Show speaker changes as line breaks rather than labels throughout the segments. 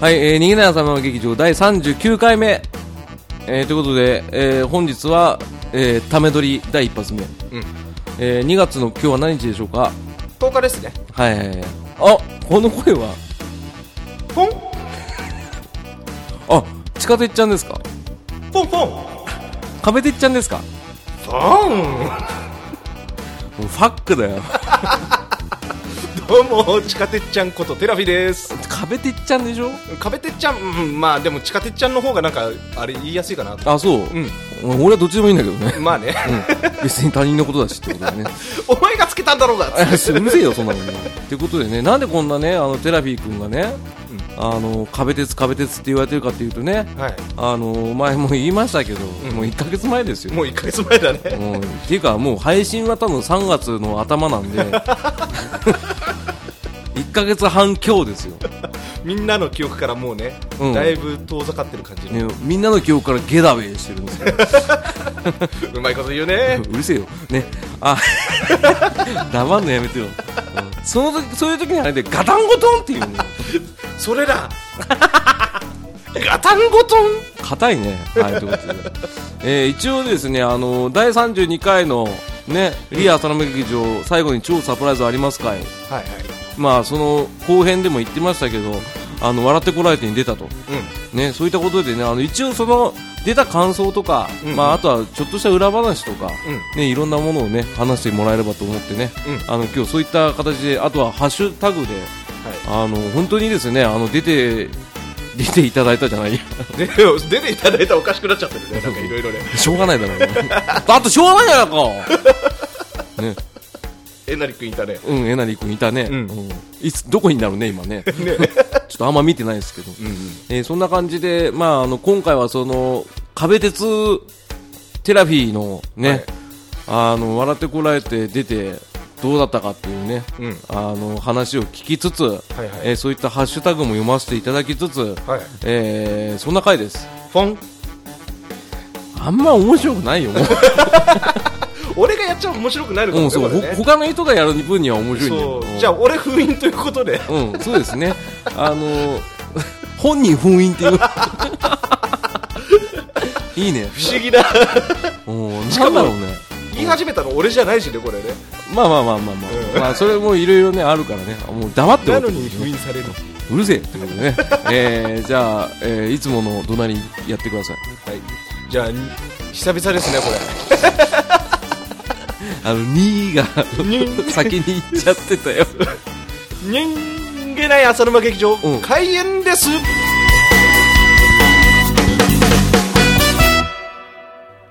はい、えー、逃げない朝の劇場第39回目。えー、ということで、えー、本日は、えー、ため撮り第一発目。
うん
えー、2月の今日は何日でしょうか
10日ですね
はいはいはい。あ、この声は、
ポン
あ、地下鉄ちゃんですか
ポンポン
壁鉄ちゃんですか
ポン
もうファックだよ。
どうも地下鉄ちゃんことテラフィです
壁鉄ちゃんでしょ
壁鉄ちゃん、うん、まあでも地下鉄ちゃんの方がなんかあれ言いやすいかな
あ、そう。うん。俺はどっちでもいいんだけどね。
まあね、
別に他人のことだしってことだよね。
お前がつけたんだ ろうが
あすうるせえよ、そんなのね。ってことでね、なんでこんなね、あのテラフィー君がね、あの壁鉄、壁鉄って言われてるかっていうとね、
はい
あの前も言いましたけど、もう1ヶ月前ですよ。
もう1ヶ月前だね
うんっていうか、もう配信は多分3月の頭なんで、1ヶ月半強ですよ、
みんなの記憶からもうね、
うん
だいぶ遠ざかってる感じの、
ね。みんなの記憶からゲダウェイしてるんですよ。
うまいこと言うね
うるせえよ。ね。あ、 黙んのやめてよ。うんその時、そういう時にあれでガタンゴトンっていうのよ。
それだガタンゴトン
硬いね。はい、ということで。えー一応ですね、あの、第32回の、ね、リア浅野劇場、最後に超サプライズありますかい。
はいはい
まあ、その、後編でも言ってましたけど、あの、笑ってこられてに出たと。ね、そういったことでね、あの、一応その、出た感想とか、
うんうん
まあ、あとはちょっとした裏話とか、
うん
ね、いろんなものをね、話してもらえればと思ってね、
うん
あの、今日そういった形で、あとはハッシュタグで、
は
あの、本当にですね、あの、出て、出ていただいたじゃない
い、で 出ていただいたらおかしくなっちゃってるねなんかいろいろね
しょうがないだろう、ね、あとしょうがないじゃないか、ね、
えなりくんいたね
うんえなり君いたね、
うん
いつどこになるね今 ね ちょっとあんま見てないですけど、えーそんな感じで、まあ、あの今回はその壁鉄テラフィーのね、あの笑ってこられて出てどうだったかっていうね、
うん
あの話を聞きつつ、
はい
えーそういったハッシュタグも読ませていただきつつ、
はい
えーそんな回です
フォン
あんま面白くないよ もう
俺がやっちゃ面白くなるから
う
ね
ん、そう、
これね
ほ他の人がやる分には面白いんだ
そ
よ。
うじゃあ俺封印ということで
うん、うん、そうですね。あのー、本人封印って いう。いいね。
不思議な
うん、
し
な
か
ん
も
だろうね。
言い始めたの俺じゃないしねこれね
まあまあまあまあまあ、まあ、それもいろいろね、あるからね、もう黙って終わ
な
って
の
る
に封印される
うるせえってこと でね。えー、じゃあ、えーいつもの怒鳴りやってください。
はいじゃあに久々ですね
あの、2が
これにん
先に行っちゃって たよ。
人間ない浅沼劇場、
うん
開演です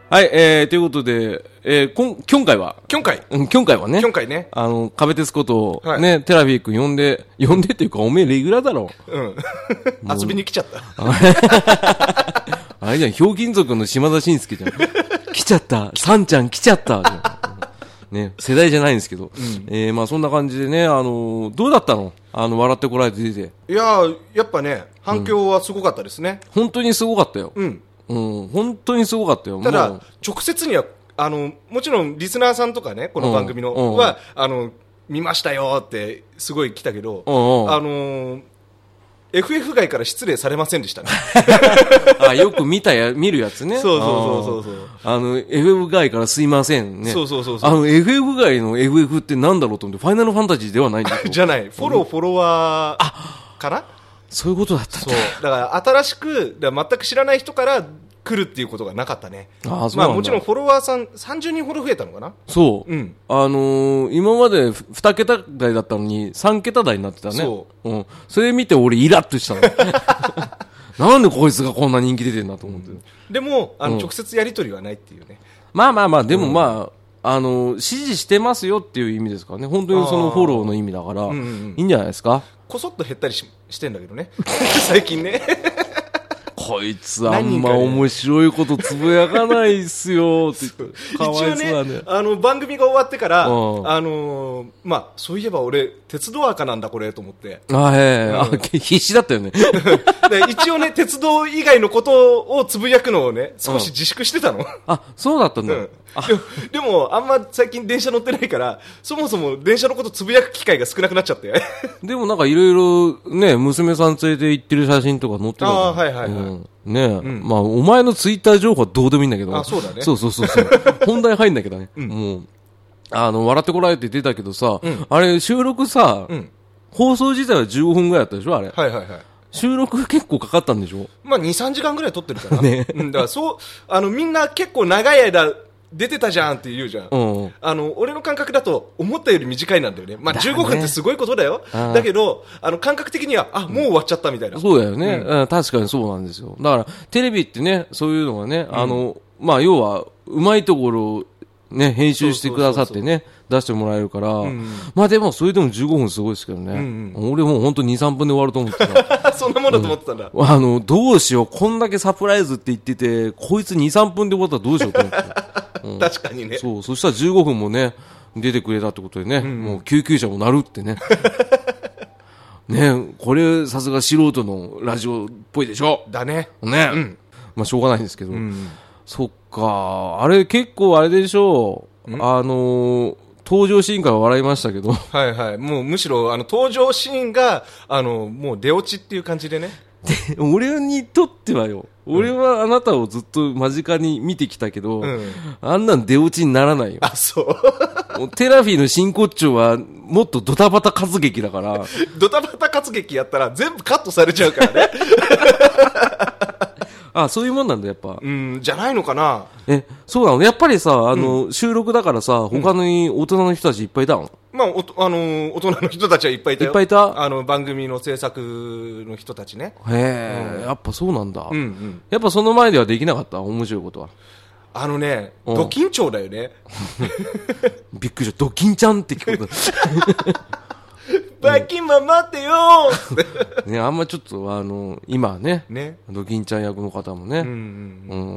はい、えー、ということで、えー、こん、今回は、
今回
うん、今回はね。
今回ね
あの、壁鉄ことを
はい
ね、テラフィー君呼んで、呼んでっていうか、おめえレギュラーだろ。
うん 遊びに来ちゃった
あれじゃん、ひょうきん族の島田紳介じゃん。来ちゃ った、サンちゃん来ちゃった。じゃんね、世代じゃないんですけど。えー、まあそんな感じでね、あのどうだったのあの、笑ってこられて出て。
いやーやっぱね反響はすごかったですね
本当にすごかったよ。
うん、
うん、本当にすごかったよ。
た
もう
だ直接にはあのもちろんリスナーさんとかねこの番組の、
うんうん
はあの見ましたよってすごい来たけど、
うんうん
あのー FF 外から失礼されません でしたね
あ、よく見た や、見るやつね。
そうそうそうそうそう
あーあの、FF 外からすいませんね。
そうそうそうそう
あの、FF 外の FF ってなんだろうと思って、ファイナルファンタジーではないんだ
じゃないフォローフォロワーかな
そういうことだったんだ
そうだから新しくだから全く知らない人から来るっていうことがなかったね
あーそう
ま
なんだ
あ、もちろんフォロワーさん30人ほど増えたのかな
そう。
うん
あのー今までふ2桁台だったのに、3桁台になってたね。。
そう
ん。それ見て俺イラッとした の。なんでこいつがこんな人気出てんだと思って。
でもあの、
うん
直接やり取りはないっていうね
まあまあまあ、でもまあ、あのー支持してますよっていう意味ですからね。本当にその
あー
フォローの意味だから、
んうん
いいんじゃないですか。
こそっと減ったりししてんだけ どね最近ね
こいつあんま面白いことつぶやかないっすよって言って。
一
かわ
応
いそうだね
ね。あの番組が終わってから、
うん
あのーまあ、そういえば俺鉄道赤なんだこれと思って
あ、ええあ
うん
必死だったよ ね。
で 一応ね鉄道以外のことをつぶやくのをね少し自粛してたの、
あ、そうだったんだ。
うんでもでもあんま最近電車乗ってないからそもそも電車のことつぶやく機会が少なくなっちゃって
でもなんかいろいろね、娘さん連れて行ってる写真とか載ってたから
あーはいはいはい
うんねえ、まあお前のツイッター情報はどうでもいいんだけど。
あそうだね
そうそう そうそう。本題入んだけどね。もう、あの、笑ってこられて出たけどさ、あれ収録さ、
うん
放送自体は15分ぐらいだったでしょあれ。
はいはいはい
収録結構かかったんでしょ
まあ、2、3時間ぐらい撮ってるから。うん、だから、そう、あの、みんな結構長い間出てたじゃんって言うじゃん。
うん。
あの、俺の感覚だと、思ったより短いなんだよね。まあ、
だね
15分ってすごいことだよ。
ああ
だけど、あの、感覚的には、あ、もう終わっちゃったみたいな。
そうだよね、うん確かにそうなんですよ。だから、テレビってね、そういうのがね、あの、まあ、要は、うまいところを、ね、編集してくださってね、出してもらえるから、まあでも、それでも15分すごいですけどね。俺もう本当2、3分で終わると思ってた。
そんなものだと思ってたんだ。
あの、どうしよう、こんだけサプライズって言ってて、こいつ2、3分で終わったらどうしようと思って た。
確かにね。
そう、そしたら15分もね、出てくれたってことでね、もう救急車も鳴るってね。 ね、これさすが素人のラジオっぽいでしょ
だね。
ね、まあしょうがないんですけど、そっかあれ結構あれでしょうあのー登場シーンから笑いましたけど
はいはい。もう、むしろ、あの、登場シーンが、あの、もう出落ちっていう感じでね。
俺にとってはよ俺はあなたをずっと間近に見てきたけど、
うん
あんなん出落ちになら ないよ
あ、そう。
もうテラフィーの真骨頂はもっとドタバタ活劇だから
ドタバタ活劇やったら、全部カットされちゃうからね。
あそういうもんなんだやっぱ、
うん、じゃないのかな。
えそうなのやっぱりさあの、収録だからさ他に大人の人たちいっぱいいたの、
まあ、おとあのー大人の人たちはいっぱいいた
い
よ。
っぱいいた
あの、番組の制作の人たちね。
へえ、やっぱそうなんだ、
うんうん。
やっぱその前ではできなかった面白いことは。
あのね、
うん
ド緊張だよね。
びっくりした。ドキンちゃんって聞こ
バキンマン待ってよー
え た。ね、あんまちょっと、あの、今はね、
ね。
ドキンちゃん役の方も
うんう
ね、
ん。
う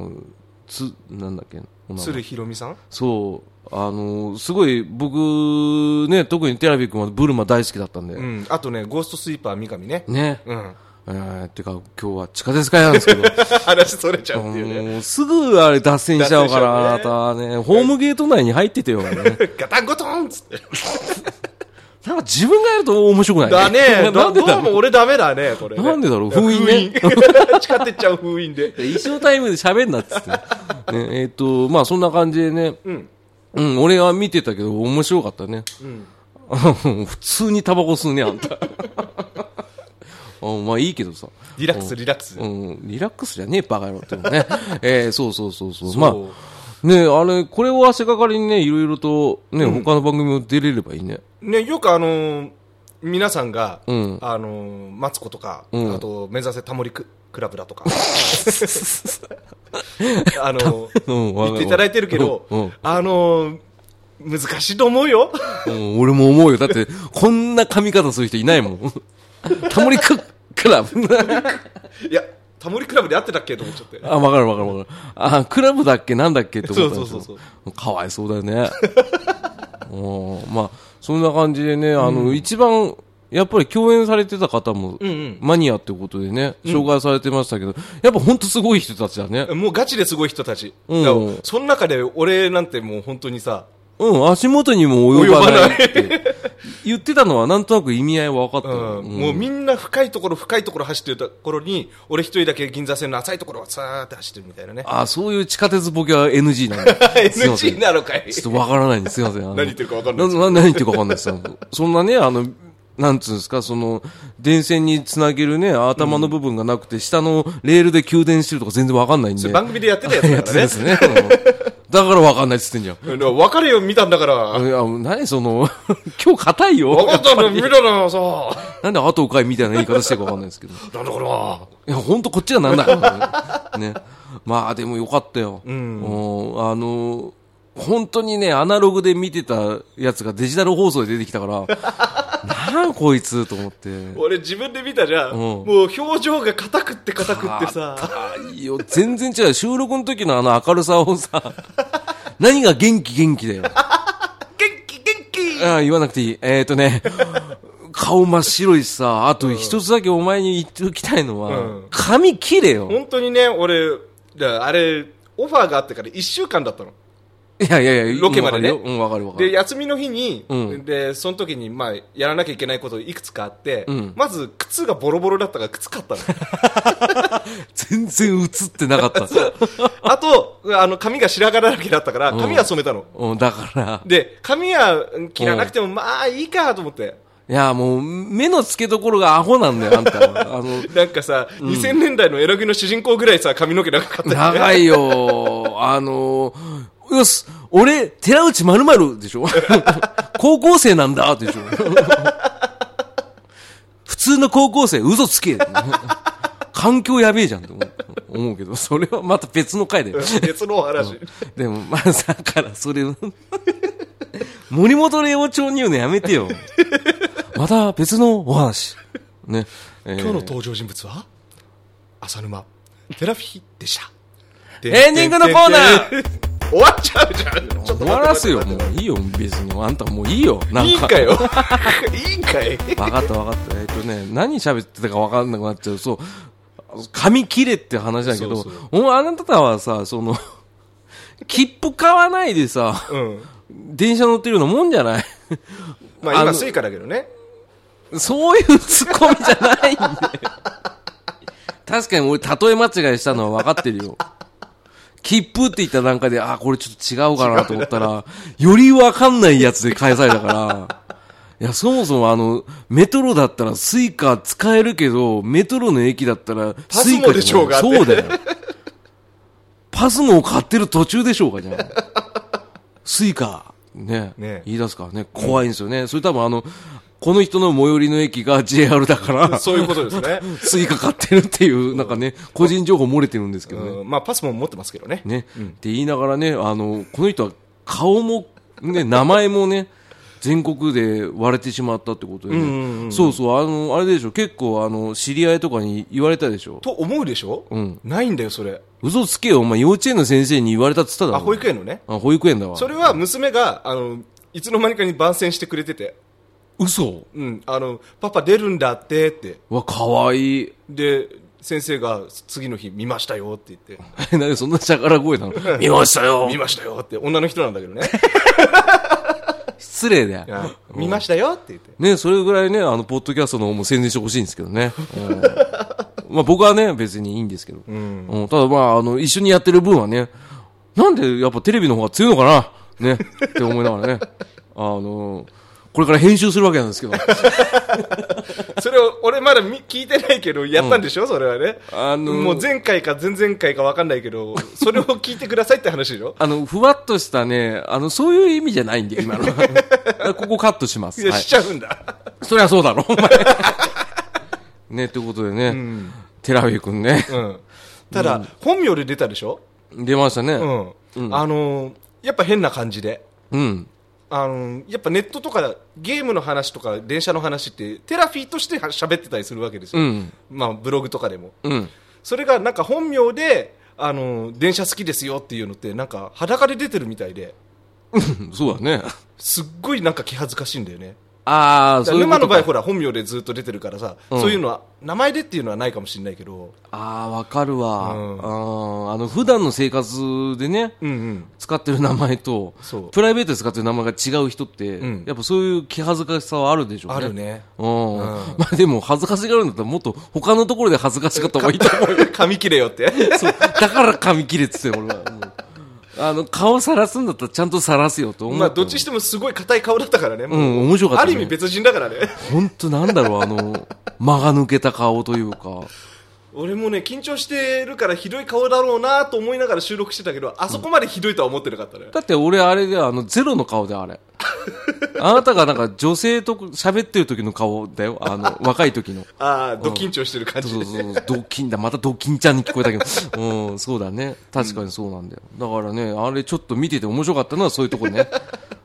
ん、つ、なんだっけ、お名
鶴
前。
ひろみさん
そう、あの、すごい、僕、ね、特にテラビ君はブルマ大好きだったんで、
うん。あとね、ゴーストスイーパー三上ね。
ね、
うん。
え ー、てか、今日は地下鉄会なんですけど、
話それちゃうっていうね。
もうすぐあれ脱線しちゃうから、あな
脱線しち
たはね、ホームゲート内に入っててよ、ね。
ガタンゴトンっつって。
なんか自分がやると面白くない
だ ね。
な
ど
んで
ど
だろ
う
う
も俺ダメだね、これね。
なんでだろう封
封
印
印
ね
ね。地下鉄ちゃう封印で。。
一生タイムで喋んなっつって。ね、えっ、と、まあそんな感じでね。うん俺は見てたけど面白かったね。うん。 普通にタバコ吸うね、あん た。うんまあいいけどさ。
リラックス、リラックス。
うん、リラックスじゃねえ、バカ野郎っても ね。えーそうそうそうそう。
そう
まあ、ねあれ、これを汗かかりにね、いろいろと、ね、他の番組も出れればいいね。
ね、よくあのー皆さんが、
うん
あのーマツコとか、
うん
あと、目指せタモリククラブ だとか、あのー
うん、わか
言っていただいてるけど、
うんうん
あのー難しいと思うよ。
うん俺も思うよ。だって、こんな髪型する人いないも ん。タモリククラブ。
いや、タモリクラブで合ってたっけと思っちゃって。
あ、わかるわかるわかる。あ、クラブだっけなんだっけって思ったんですよ。
そうそうそう
かわいそうだよね。 うんまあ、そんな感じでね、あの、一番、やっぱり共演されてた方も、
ん
マニアってことでね、紹介されてましたけど、やっぱほんとすごい人たちだね。
もうガチですごい人たち。
うん
だからその中で俺なんてもう本当にさ、
うん、足元にも及ばないって。言ってたのはなんとなく意味合いは分かった
うん
よ。
もうみんな深いところ深いところ走ってるところに、俺一人だけ銀座線の浅いところをさーって走ってるみたいなね。
あ、そういう地下鉄ボケは NG なん で。すいません
NG なのかい
ちょっとわからないんです。すいません。あの
何言ってるかわかんないです
なな何言ってるかわかんないです。あのそんなね、あの、なんつうんですか、その、電線につなげるね、頭の部分がなくて、下のレールで給電してるとか全然わかんないんで。
番組でやってたやつ
や
だ
っ
か
てた
ら
や
ね
つ。ね。うんだからわかんないっつってんじゃん。
うん別れよ、見たんだから。
いや、何その、 今日硬い
分か
よ。
ったの、見たのさ。
なんで後をかいみたいな言い方してるかわかんないですけど。
なんだこ
いや、ほんとこっちがなんだから ね。ねまあ、でもよかったよ。
ん
うんあの、本当にね、アナログで見てたやつがデジタル放送で出てきた から、なあ、こいつと思って。
れ俺自分で見たじゃん。
うん
もう表情が硬くって硬くってさ。
あーいいよ、全然違う。収録の時のあの明るさをさ、何が元気元気だよ。
元気元気
ああ、言わなくていい。えっ、ー、とね、顔真っ白いしさ、あと一つだけお前に言っておきたいのは、
うん
髪切れよ。
本当にね、俺、だあれ、オファーがあってから1週間だったの。
いやいやいや、
ロケまでね
うんわかるようん、わかるわか
で
る。
休みの日に、
うん
でその時にまあやらなきゃいけないこといくつかあって、
うん
まず靴がボロボロだったから靴買ったの
全然映ってなかった。
あとあの髪が白髪だらけだったから髪は染めたの、
うん、だから、
で髪は切らなくてもまあいいかと思って
いや、もう、目の付けどころがアホなんだよ、あんたは。あ の、
なんかさ、2000年代のエロギの主人公ぐらいさ髪の毛長かったよね
長いよ。あのー、よし、俺、寺内まるまるでしょ 高校生なんだでしょ 普通の高校生、嘘つけ。環境やべえじゃんと思う思うけど、それはまた別の回だよ。
別のお話、
でも、まあ、だから、それを 森本レオ調に言うのやめてよ。また別のお話。ね。えー
今日の登場人物は浅沼テラフィーでした
エンディングのコーナー
終わっちゃうじゃんちょっと待って
終わらせよ。もういいよ、別に。あんたもういいよ。なんか。
いいんかよ いいんかい
分かった分かった。えっ、とね、何喋ってたか分かんなくなっちゃう。そう。髪切れって話だけど、
そうそ
おあなたはさ、その、切符買わないでさ、
うん
電車乗ってるようなもんじゃない
まあ
あの
今スイカだけどね
そういうツッコミじゃないんだよ。確かに俺、例え間違いしたのは分かってるよ。切符って言った段階で、あ、これちょっと違うかなと思ったら、より分かんないやつで返されたから、いや、そもそもあの、メトロだったらスイカ使えるけど、メトロの駅だったら
パ
ス
ス
イ
モ
カ
でし
じゃ
ょう
な
が
い。
って
そうだよ。パスモを買ってる途中でしょうかじゃん。スイカ、ね、
ね
言い出すからね、怖いんですよね。それ多分あの、この人の最寄りの駅が JR だから、
そういうことで すね、
スイカ買ってるっていう、なんかね、個人情報漏れてるんですけどね。
うん、まあパスも持ってますけどね
ね、って言いながらね、あの、この人は顔も、ね、名前もね、全国で割れてしまったってことでね。
うんうんうん
そうそう、あの、あれでしょ、結構、あの、知り合いとかに言われたでしょ。
と思うでしょ、
ん
ないんだよそれ
嘘つけよ、お前、幼稚園の先生に言われたっつっただろ。
あ保育園のね
あ保育園だわ。
それは娘があのいつの間にかに番宣してくれてて、
嘘
うん、あのパパ出るんだってって
うわ、かわい い。
で先生が次の日見ましたよって言って
え、なんでそんなしゃから声なの 見ましたよ
見ましたよって女の人なんだけ どね
失礼だよ。
あ見ましたよって言って
ね、それぐらいね、あの、ポッドキャストの方も宣伝してほしいんですけどね。うんまあ僕はね、別にいいんですけど。
ん
うんただまあ、あの、一緒にやってる分はね、なんでやっぱテレビの方が強いのかなね、って思いながらね。 あの、これから編集するわけなんですけど。
それを俺まだ見聞いてないけどやったんでしょ、それはね
あの
もう前回か前々回か分かんないけ どそれを聞いてくださいって話でしょ
あの、ふわっとしたね、あの、そういう意味じゃないんで、今の は。ここカットします。
いや
はい
しちゃうんだ、
そりゃそうだろ、お前。ね、ということでね、寺上くんね、
うん、ただ、本名で出たでしょ、
出ましたね。
うんあのやっぱ変な感じで
うん。
あのやっぱネットとかゲームの話とか電車の話ってテラフィーとしては喋ってたりするわけですよ、
うん
まあ、ブログとかでも
うん。
それがなんか本名であの電車好きですよっていうのってなんか裸で出てるみたいで
そうだね。
すっごいなんか気恥ずかしいんだよね
ああ、
だ
そ
か
うい
ら
うこ
沼の
と
場合ほ
か。
ら本名でずっと出てるからさ、
ん
そういうのは名前でっていうのはないかもしれないけど
ああ、わかるわ。
うん
あーあの、普段の生活でね、
うんうん
使ってる名前と
そう、
プライベートで使ってる名前が違う人って、
ん
やっぱそういう気恥ずかしさはあるでしょうね。
ある。ね
うん。 まあでも、恥ずかしがるんだったらもっと他のところで恥ずかしかった方がいいと思うよ。
髪切れよって
そう。だから髪切れって言って俺は。もうあの、顔さらすんだったらちゃんとさらすよと思う。
まあどっちにしてもすごい硬い顔だったからね、もう
うん面白かった
あ
ね
る意味別人だからね
本当なんだろう、あの、間が抜けた顔というか。
俺もね緊張してるからひどい顔だろうなと思いながら収録してたけどあそこまでひどいとは思ってなかったね、
だって俺あれであの、ゼロの顔であ れ。あなたがなんか女性と喋ってる時の顔だよ。あ の、若い時の。
ああド緊張してる感じ
そ
で
うそうそう、ドッキンだ。またドッキンちゃんに聞こえたけど。うん、そうだね。確かにそうなんだよ。だからね、あれちょっと見てて面白かったのはそういうとこね。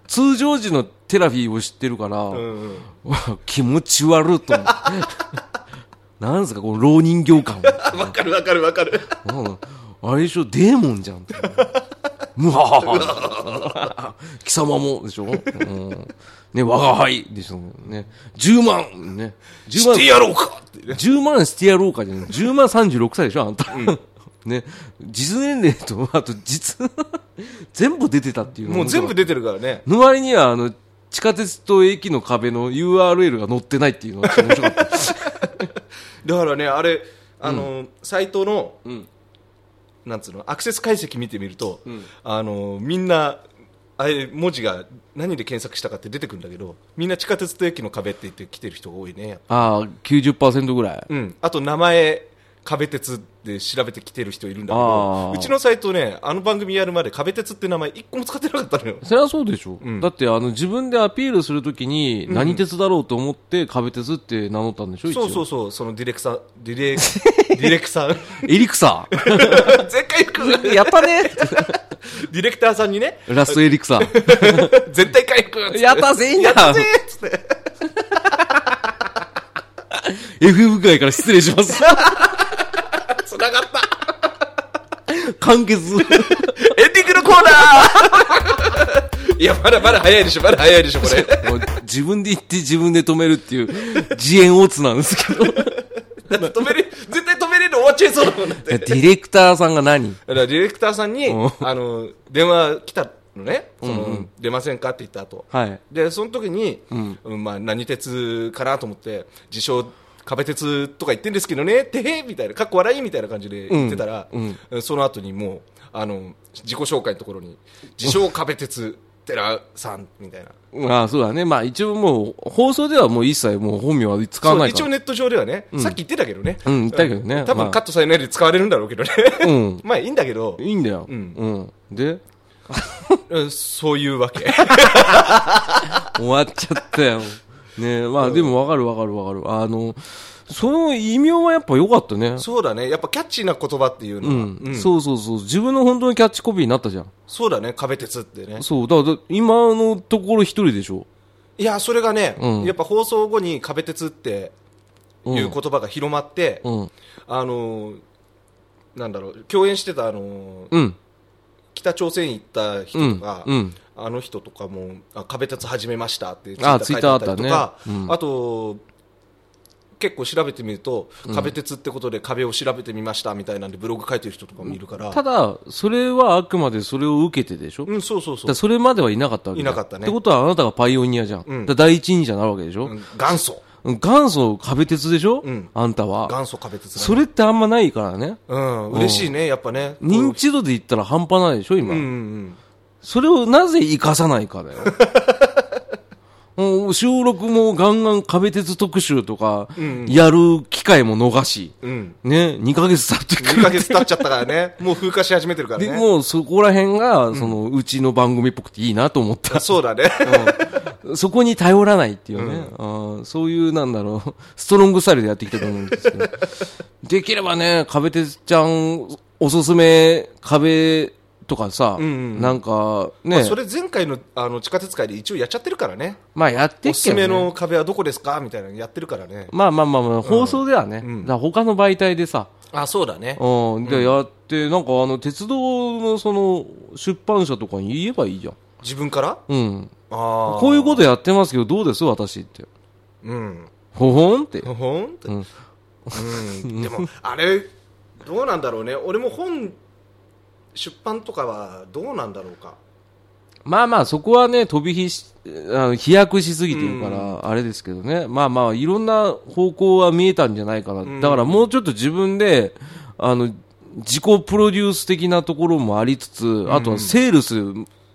通常時のテラフィーを知ってるから、
うんうん
わ 気持ち悪いと思って。 なんですか、この浪人業感。
あわかるわかるわかる
うんあれでしょ、デーモンじゃん。むははは。貴様も、でしょ。うんね、我が輩、でしょ。ね。10万、ね。10
して
万、
やろうかってね
10万してやろうかじゃない。10万36歳でしょ、あんた。ね、実年齢と、あと実、全部出てたっていうのが
もう全部出てるからね。
の割には、あの、地下鉄と駅の壁の URL が載ってないっていうのがちょっと面白かった。
だからね、あれ、あの、サイトの、
うん
なんつうの、アクセス解析見てみると、
ん
あの、みんな、あれ、文字が何で検索したかって出てくるんだけど、みんな地下鉄と駅の壁って言って来てる人が多いね、やっぱ
ああ、90%ぐらい。
うん。あと、名前、壁鉄で調べてきてる人いるんだけ
あ
ど、
ー
うちのサイトね、あの番組やるまで壁鉄って名前一個も使ってなかったのよ。
そりゃそうでしょ。
うん
だって、あの、自分でアピールするときに、何鉄だろうと思って、壁鉄って名乗ったんでしょ、一応
そうそうそう、そのディレクサー、ディレ、ディレクサー、
エリクサ
絶対行く
ー。 やったね
ディレクターさんにね、
ラストエリクサー。
絶対回復っつって
やったぜいいな
やったぜっつって。
FM 界から失礼します。
繋がった
完 結。
エンディングのコーナー いや、まだまだ早いでしょ、まだ早いでしょ、これ。
もう自分で言って自分で止めるっていう、自演オツなんですけど。
だって止めれ、絶対止めれるの終わっちゃいそうだもんだって。
ディレクターさんが何
だからディレクターさんに、
うん
あの、電話来たのね、その、出ませんかって言った後。
はい。
で、その時に、うんまあ、何鉄かなと思って、自称、壁鉄とか言ってんですけどね、てへみたいな、かっこ笑いみたいな感じで言ってたら、その後にもう、あの、自己紹介のところに、自称壁鉄、寺さん、みたいな。
ああ、そうだね。まあ一応もう、放送ではもう一切もう本名は使わ
そ
な
う
いか
一応
ら。
ネット上ではね、さっき言ってたけどね。
うん言ったけどね
うん多
ま
分
あ
カットされないで使われるんだろ うけどね。
ん
まあいいんだけど、
いいんだよ。うんん。で、
うんそういう わけ。
終わっちゃったよ。ねえ、まあでもわかるわかるわかる。あの、その異名はやっぱ良かったね。
そうだね。やっぱキャッチーな言葉っていうのは、
うん
うん
そうそうそう。自分の本当にキャッチコピーになったじゃん。
そうだね。壁鉄ってね。
そう。だから、今のところ一人でしょ。
いや、それがね、
うん
やっぱ放送後に壁鉄って
うん
いう言葉が広まって、
うん。
あのーなんだろう、共演してた、あのー
うん。
北朝鮮行った人とか、
うんうん
あの人とかも、あ壁鉄始めましたって
あ
ツイッター書いてたりとか、
ツイッターあったねうん
あと、結構調べてみると、壁鉄ってことで壁を調べてみましたみたいなんでブログ書いてる人とかもいるから、
ただ、それはあくまでそれを受けてでしょ。
うん、そうそう
だか
そ
ら
う、
それまではいなかったわけだ
いなかったね
ってことはあなたがパイオニアじゃん。
うん
だから第一人者になるわけでしょ、
うん元祖、
元祖壁鉄でしょ、
うん
あんたは。
元祖壁鉄だね
それってあんまないからね。
うん、嬉しいね、やっぱね。
認知度で言ったら半端ないでしょ今、
うんうん
それをなぜ生かさないか だよ。もう収録もガンガン壁鉄特集とか、やる機会も逃し、
うん。うん。
ね、2ヶ月経ってく
2ヶ
る。
月経っちゃったからね。もう風化し始めてるから
で、
ね。
もうそこら辺が、その、うちの番組っぽくていいなと思った。
そうだね。
そこに頼らないっていうね、あーそういう、なんだろう、ストロングスタイルでやってきたと思うんですけど、できればね、壁鉄ちゃん、おすすめ、壁とかさ、なんかね、まあ、
それ前回のあの地下鉄会で一応やっちゃってるからね。
やってっけど、ね、
おすすめの壁はどこですかみたいなのやってるからね。
まあまあまあまあ、放送ではね、だから他の媒体でさ、
あ、そうだね。
うん、でやって、なんかあの、鉄道のその、出版社とかに言えばいいじゃん。
自分から
うん。
ああ。
こういうことやってますけど、どうです私って。
うん。
ほほんって。
ほほんって。うん。でも、あれ、どうなんだろうね。俺も本、出版とかはどうなんだろうか。
まあまあ、そこはね、飛び火し、あの飛躍しすぎてるから、あれですけどね。まあまあ、いろんな方向は見えたんじゃないかな。だからもうちょっと自分で、あの、自己プロデュース的なところもありつつ、あとはセールス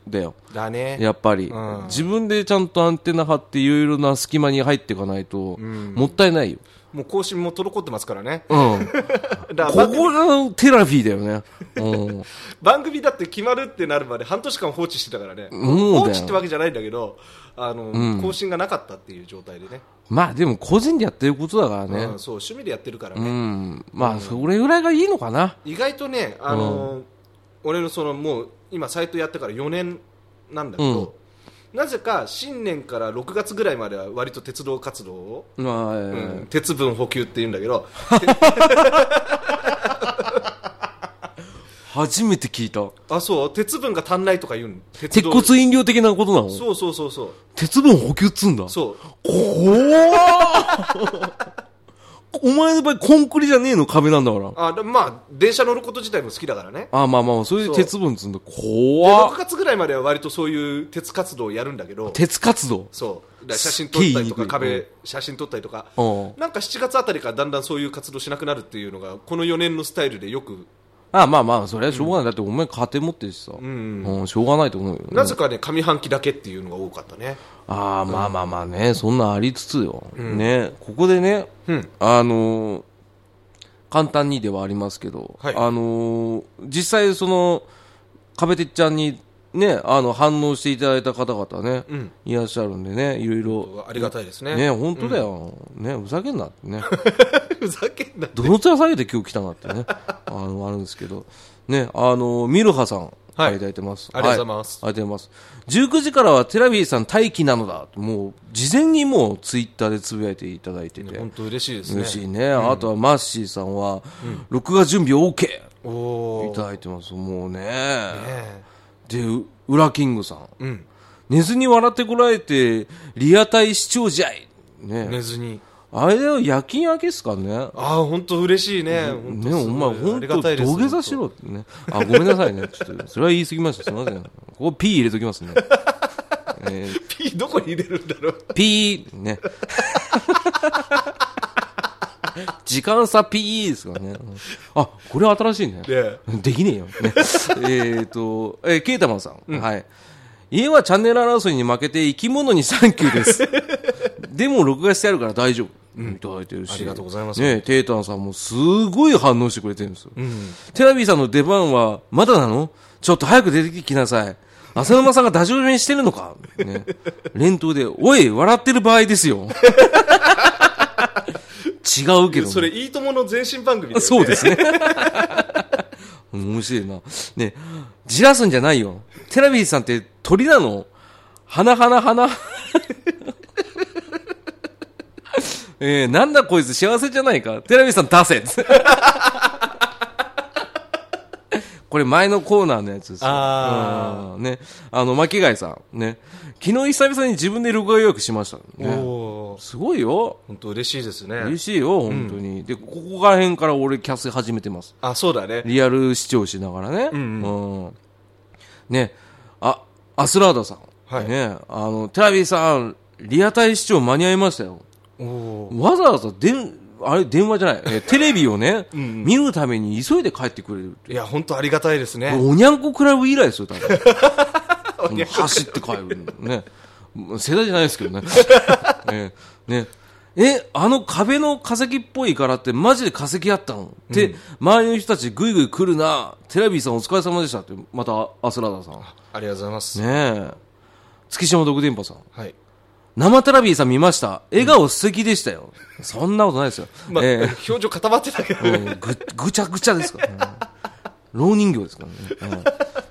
だよ。
だね。
やっぱり
うん。
自分でちゃんとアンテナ張っていろいろな隙間に入っていかないと、もったいないよ。
もう更新も滞ってますからね。
うん。こ
だから
こがテラフィーだよ ね。うん。
番組だって決まるってなるまで半年間放置してたからね、
うだよ
放置ってわけじゃないんだけどあの、更新がなかったっていう状態でね、
まあでも個人でやってることだから
う
ね
ん。そう趣味でやってるから
う
ね、
ん。まあ、それぐらいがいいのかな。
意外とねあの、俺のそのもう今サイトやってから4年なんだけど、なぜか新年から6月ぐらいまでは割と鉄道活動を、
まあ、
うん鉄分補給っていうんだけど
初めて聞いた。
あそう鉄分が足んないとか言うん鉄
鉄
道
骨飲料的なことなの
そうそうそうそう
鉄分補給っつうんだ。
そう
怖ーお前の場合コンクリじゃねえの壁なんだから。
あでもまあ電車乗ること自体も好きだからね
あ、まあまあまあ、それで鉄分積んだ。
で6
怖っ
月ぐらいまでは割とそういう鉄活動をやるんだけど
鉄活動。
そうだから写真撮ったり
すっげ
と
え言いにくい
か壁写真撮ったりとか
うん
なんか7月あたりからだんだんそういう活動しなくなるっていうのがこの4年のスタイルでよく
あまあまあ、それはしょうがない。だってお前家庭持ってるしさ。うん、しょうがないと思うよ、
なぜかね上半期だけっていうのが多かったね
ああ、まあまあまあね、そんなんありつつよ。ね、ここでね、あのー簡単にではありますけど、
はい
あのー実際その、壁てっちゃんにね、あの、反応していただいた方々ね、いらっしゃるんでね、いろいろ。
ありがたいですね
ね、本当だよ。ね、ふざけんなってね。
ふざけんな
どの面下げて今日来たなってね、あの、あるんですけど、ね、あの、ミルハさん、
はい
いただいてます。
ありがとうございます
はありがとうございます。19時からはテラビーさん待機なのだともう、事前にもうツイッターでつぶやいていただいてて、
本当嬉しいですね
嬉しいね。あとはマッシーさんは、録画準備 OK!
お
い
お
ただいてます。もうね。
え
で、う裏キングさん。
えうん
寝ずに笑ってこられて、リアタイ視聴じゃいね
寝ずに
あれだよ、夜勤明けっすかね
ああ本当嬉しいね本当
ね、
すごい
お前、
あ
本
り
当
がたいです
土下座しろってね。あ、ごめんなさいね。ちょっと、それは言い過ぎました。すみません。ここ P 入れときますね。えー
ピーどこに入れるんだろう
P、ね。 時間差 P ですからね。うんあ、これ新しいね。
え
できねえ よ。ね、えっと、えーケータマンさん,、はい。家はチャンネル争いに負けて生き物にサンキュー です。でも録画してあるから大丈夫。いただいてるし。
ありがとうございます
ねえテータンさんもすごい反応してくれてるんですよ。テラビーさんの出番はまだなのちょっと早く出てきなさい。浅沼さんがダジョウにしてるのか、ね、連投で、おい、笑ってる場合です よ。違うけどね。
それいいともの前身番組だよね
そうですね。面白いな。ね、じらすんじゃないよ。テラビーさんって鳥なの花花花。えー、なんだこいつ幸せじゃないか。テラビーさん出せ。これ前のコーナーのやつですよ。
あ
うんね。あの、巻貝さん。ね。昨日久々に自分で録画予約しました、ね。
おー
すごいよ。
本当嬉しいです
嬉
ね
しいよ、本当に。で、ここら辺から俺キャス始めてます。
あそうだね
リアル視聴しながらね。うん、ね、あ、アスラーダさん。
はい
ね、あの、テラビーさん、リアタイ視聴間に合いましたよ。
おお
わざわざ電、あれ、電話じゃない。えテレビを ね、見るために急いで帰ってくれる。
いや本当ありがたいですね
おにゃんこクラブ以来ですよ、 多分。もう走って帰るのね。もう世代じゃないですけどね。 ねねえ、あの壁の化石っぽい柄ってマジで化石あったのって、周りの人たちぐいぐい来るな。テラビーさんお疲れ様でしたって、またアスラーダさん。
ありがとうございます
ねえ。月島独電波さん。
はい
生テラビーさん見ました。笑顔素敵でした よ。そんなことないですよ。
まあ
ええ
表情固まってたけど
うんぐぐちゃぐちゃですから、ね、老人形ですからね,、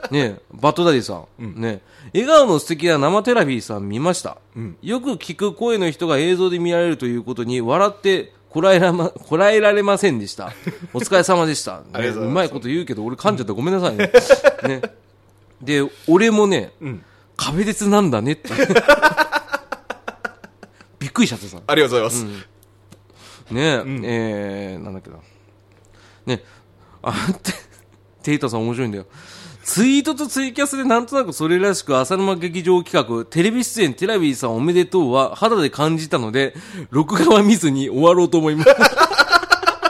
うん、ねえバッドダディさん、ねえ笑顔の素敵な生テラピーさん見ました、よく聞く声の人が映像で見られるということに笑ってこらえらま、こらえられませんで した。お疲れ様でした。
あり
ね
がとうございます
まいこと言うけど、俺噛んじゃった。ごめんなさいね。ね。で、俺もね、壁鉄なんだね って。びっくりしちゃってさ。
ありがとうございます
ねえ、えー、なんだっけな。ねあ、てテイタさん面白いんだよ。ツイートとツイキャスでなんとなくそれらしく浅沼劇場企画、テレビ出演テラビーさんおめでとうは肌で感じたので、録画は見ずに終わろうと思います。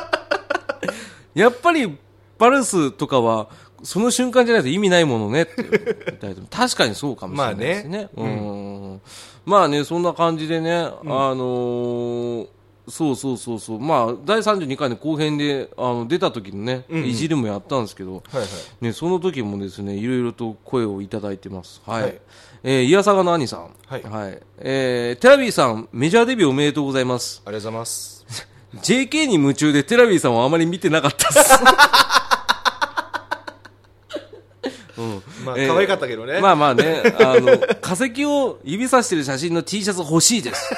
やっぱり、バルスとかは、その瞬間じゃないと意味ないものねっていう確かにそうかもしれないですね。まあね。うん。まあね、そんな感じでね、あのーそうそうそうそう、まあ、第32回の後編で、あの、出た時のね、いじりもやったんですけど、
はいはい
ね、その時もですね、いろいろと声をいただいてます。はい。
はい
えー、いやさがの兄さん。
はい
えーテラビーさん、メジャーデビューおめでとうございます。
ありがとうございます
JK に夢中でテラビーさんはあまり見てなかった です。
まあ
ええ
可愛かったけどね
まあまあね、あの、化石を指さしてる写真の T シャツ欲しいです。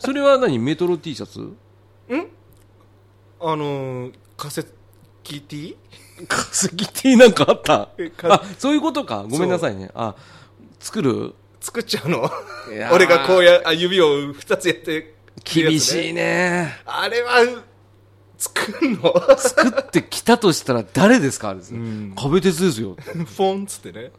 それは何メトロ T シャツ
あのー化石 T?
化石 T なんかあった
えか
あ、そういうことか。ごめんなさいね。あ、作る
作っちゃうの
いやー
俺がこうやあ指を2つやって
厳しいね。
あれは、作んの
作ってきたとしたら誰ですかあれですね、
うん
壁鉄ですよ。だか
フォンっつってね。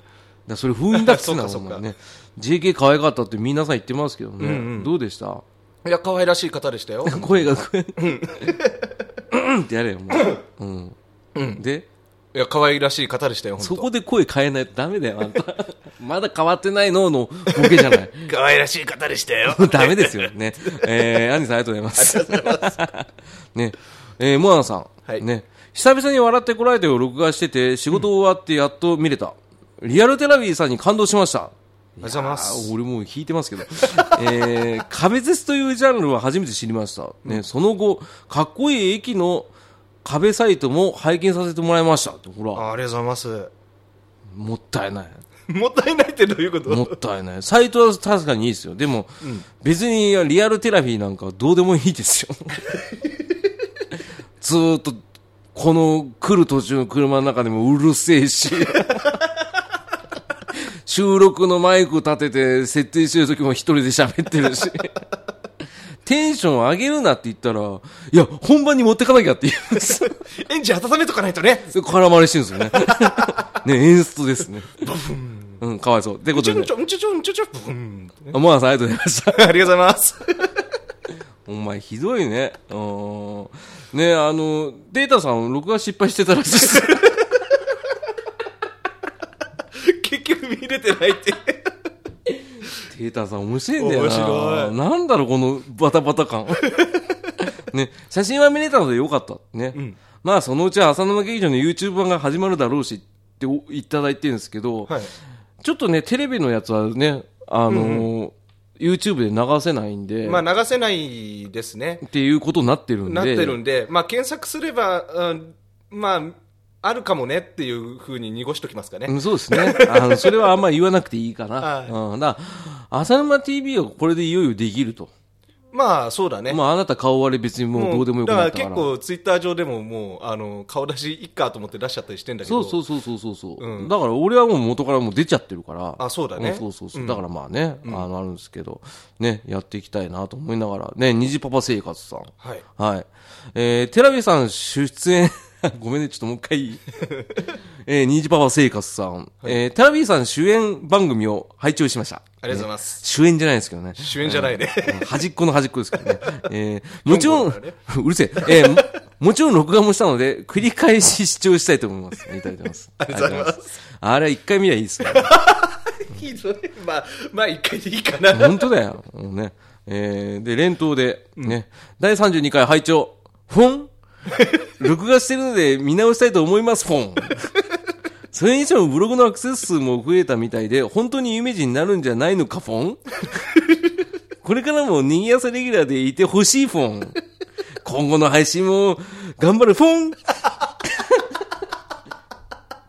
らそれ封印だっつうな
そっかそっか
ほんまにね。JK 可愛かったって皆さん言ってますけどね。
うんうん
どうでした
いや、可愛らしい方でしたよ。
声が、声が、うんってやれよ、もう。うん。で、
いや、可愛らしい方でしたよ、
そ
本
こで声変えないとダメだよ、あんた。まだ変わってないののボケじゃない。
当。可愛らしい方でした よ。
ダメですよね。えー、アンニさんありがとうございます。 ね、えー、モアナさん。
はい
ね。久々に笑ってこられたを録画してて、仕事終わってやっと見れた。リアルテラビーさんに感動しました。
ありがとうございます
あ。俺もう弾いてますけど。 えー、壁絶というジャンルは初めて知りました。ね、その後、かっこいい駅の壁サイトも拝見させてもらいました。ほら、
あありがとうございます。
もったいない。
もったいないってどういうこ と
もったいない。サイトは確かにいいですよ。でも、別にリアルテラフィーなんかどうでもいいです よ。ずーっと、この来る途中の車の中でもうるせえし。収録のマイク立てて設定してる時も一人で喋ってるし。テンション上げるなって言ったら、いや、本番に持ってかなきゃって言うんですよ。
エンジン温めとかないとね。
それ空回りしてるんですよ ね。ね、演出ですね。うん、かわいそう。ってこ
ち
と
ょん
で、
ちょんちょんちょんちょんちょんブンってね
モアさんありがとうございました。
ありがとうございます。
お前ひどいね。うーん。ねあの、データさん、録画失敗してたらしい です。
結局見れてないって。
データさん、面白いんだよな。
面白い
なんだろう、このバタバタ 感。ね、写真は見れたのでよかった。ね。まあ、そのうち浅沼劇場の YouTube 版が始まるだろうしっておいただいてるんですけど、
はい。
ちょっとね、テレビのやつはね、あのー YouTube で流せないんで、
まあ流せないですね。
っていうことになってるんで。
なってるんで、まあ検索すれば、うんまあ、あるかもねっていうふうに濁しときますか
う
ね。
んそうですね。あの、それはあんまり言わなくていいかな。
はい
うん。だから、浅沼 TV はこれでいよいよできると。
まあそうだね。
まあ、あなた顔割れ別にもうどうでもよくなったか
だ
ら。
から結構ツイッター上でももう、あの、顔出しいっかと思って出しちゃったりしてんだけ
そ
ど。
うそうそうそうそうそう、
うん
だから俺はもう元からもう出ちゃってるから。
あそうだね
んそうそうそう。だからまあね、あの、あるんですけど、ね、やっていきたいなと思いながら。ね、虹パパ生活さん。
はい。
はい。えー、テラビさん出演、 ごめんね、ちょっともう一回い いえー、虹パパ生活さん。えー、テラビさん主演番組を拝聴しました。
ありがとうございます。
主演じゃないですけどね。
主演じゃないね。
端っこの端っこですから ね。えーもちろん、
四号だね
うるせえ、えーも もちろん録画もしたので、繰り返し視聴したいと思います。いただいて ます。あ
りがとうございます
す。あれは一回見りゃいいですね。
ひどい。まあ、まあ一回でいいかな。
本当だよ。もうね。えーで、連投で、ね、第32回拝聴。フォン録画してるので見直したいと思います、フォン。それにしてもブログのアクセス数も増えたみたいで、本当に有名人になるんじゃないのか、フォンこれからも賑やさレギュラーでいてほしい、フォン。今後の配信も頑張る、フォン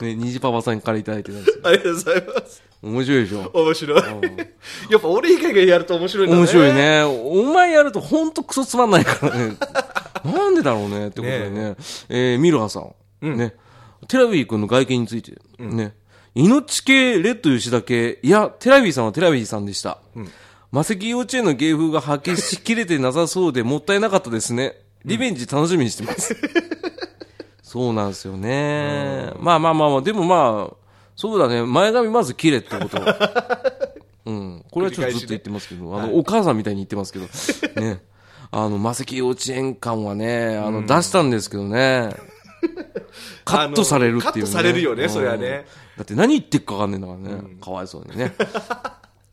ね、虹パパさんからいただいてるんですよ。
ありがとうございます。
面白いでしょ。
面白い。 やっぱ俺以外がやると面白いんだね。
面白い。ね。お前やるとほんとクソつまんないからね。 なんでだろうねってことでね。えーミルハさん。ね。テラビー君の外見について。ね。命系レッド吉田系。いや、テラビーさんはテラビーさんでした。マセキ幼稚園の芸風が発揮しきれてなさそうでもったいなかったですね。リベンジ楽しみにしてます。そうなんですよね。まあまあまあまあ、でもまあ、そうだね。前髪まず切れって こと。うん。これはちょっとずっと言ってますけど、あの、お母さんみたいに言ってますけど、ね。あの、マセキ幼稚園館はね、あの、出したんですけど ね。カットされるっていう、
あのカットされるよね
うん
それはね。
だって何言ってっかわかんねえんだからね。かわいそうにね。